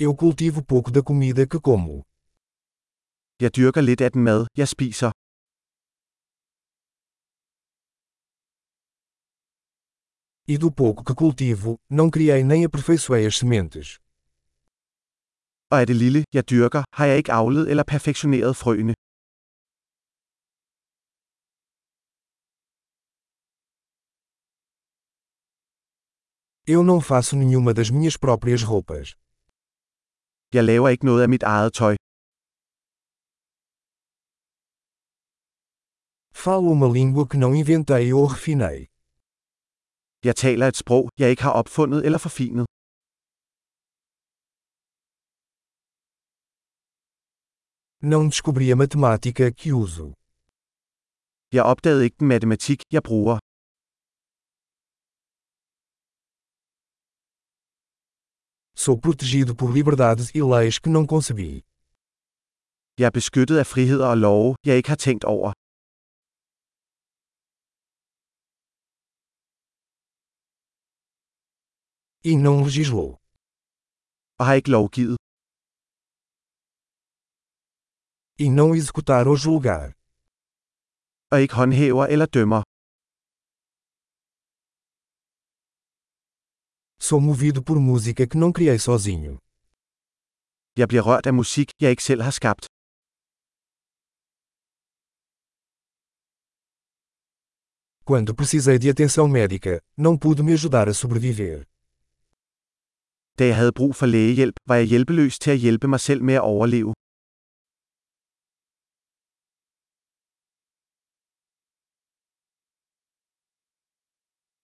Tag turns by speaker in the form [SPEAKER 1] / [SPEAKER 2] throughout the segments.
[SPEAKER 1] Eu cultivo pouco da comida que como.
[SPEAKER 2] Jeg dyrker lidt af den mad, jeg spiser.
[SPEAKER 1] E do pouco que cultivo, não criei nem aperfeiçoei as sementes.
[SPEAKER 2] Og af det lille, jeg dyrker, har jeg ikke avlet eller perfektioneret frøene.
[SPEAKER 1] Eu não faço nenhuma das minhas próprias roupas.
[SPEAKER 2] Jeg laver ikke noget af mit eget tøj.
[SPEAKER 1] Falo uma língua que não inventei ou refinei.
[SPEAKER 2] Jeg taler et sprog, jeg ikke har opfundet eller forfinet.
[SPEAKER 1] Não descobri a matemática que uso.
[SPEAKER 2] Jeg opdagede ikke den matematik, jeg bruger.
[SPEAKER 1] Sou protegido por liberdades e leis que não concebi.
[SPEAKER 2] Jeg er beskyttet af friheder og love, jeg ikke har tænkt over.
[SPEAKER 1] E não legislou.
[SPEAKER 2] Og har ikke lovgivet.
[SPEAKER 1] E não executar ou julgar.
[SPEAKER 2] Og ikke håndhæver eller dømmer.
[SPEAKER 1] Sou movido por música que não criei sozinho.
[SPEAKER 2] Jeg bliver rørt af musik, jeg ikke selv har skabt.
[SPEAKER 1] Quando precisei de atenção médica, não pude me ajudar a sobreviver.
[SPEAKER 2] Da jeg havde brug for lægehjælp, var jeg hjælpeløs til at hjælpe mig selv med at overleve.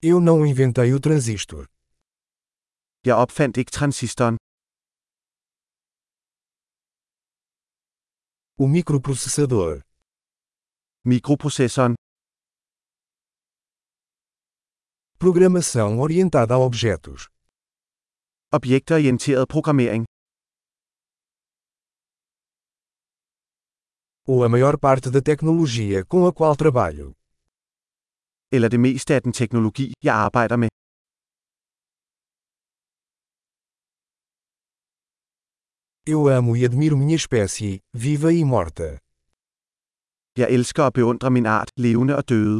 [SPEAKER 1] Eu não inventei o transistor.
[SPEAKER 2] Jeg opfandt ikke transistoren.
[SPEAKER 1] O microprocessador.
[SPEAKER 2] Mikroprocessoren.
[SPEAKER 1] Programação orientada a objetos.
[SPEAKER 2] Objektorienteret programmering.
[SPEAKER 1] Ou a maior parte da tecnologia com a qual trabalho.
[SPEAKER 2] Eller det meste af den teknologi, jeg arbejder med.
[SPEAKER 1] Eu amo e admiro minha espécie, viva e morta.
[SPEAKER 2] Jeg elsker og beundrer min art, levende og døde.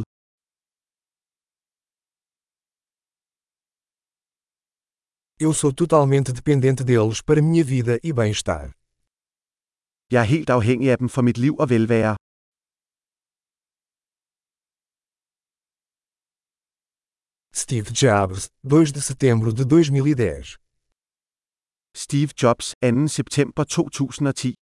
[SPEAKER 1] Eu sou totalmente dependente deles para minha vida e bem-estar.
[SPEAKER 2] Jeg er helt afhængig af dem for mit liv og velvære.
[SPEAKER 1] Steve Jobs, 2 de setembro de 2010.
[SPEAKER 2] Steve Jobs, 2. september 2010